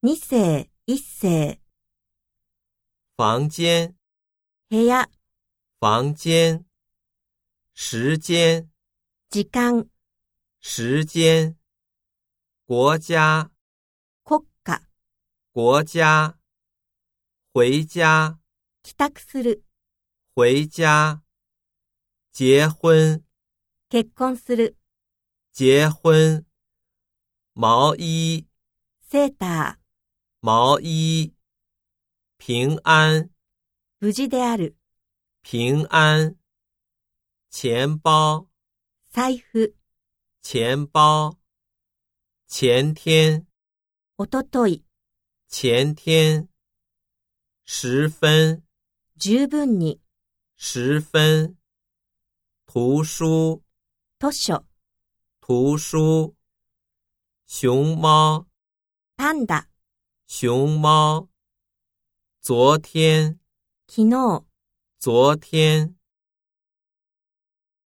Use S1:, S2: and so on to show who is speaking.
S1: 二世、一世、
S2: 房间、
S1: 部屋、
S2: 房间。时间、
S1: 時間、
S2: 时间。国家、
S1: 国家、
S2: 国家。回家、
S1: 帰宅する、
S2: 回家。结婚、
S1: 結婚する、
S2: 结婚。毛衣、
S1: セータ
S2: 毛衣。平安、
S1: ー、無事である、
S2: 平安。钱包、
S1: 財布、
S2: 钱包。前天、
S1: おととい、
S2: 前天。十分、
S1: 十分に、
S2: 十分。图书、
S1: 図書、
S2: 图书。熊猫，
S1: パンダ、
S2: 熊猫。昨天，
S1: 昨日、
S2: 昨天。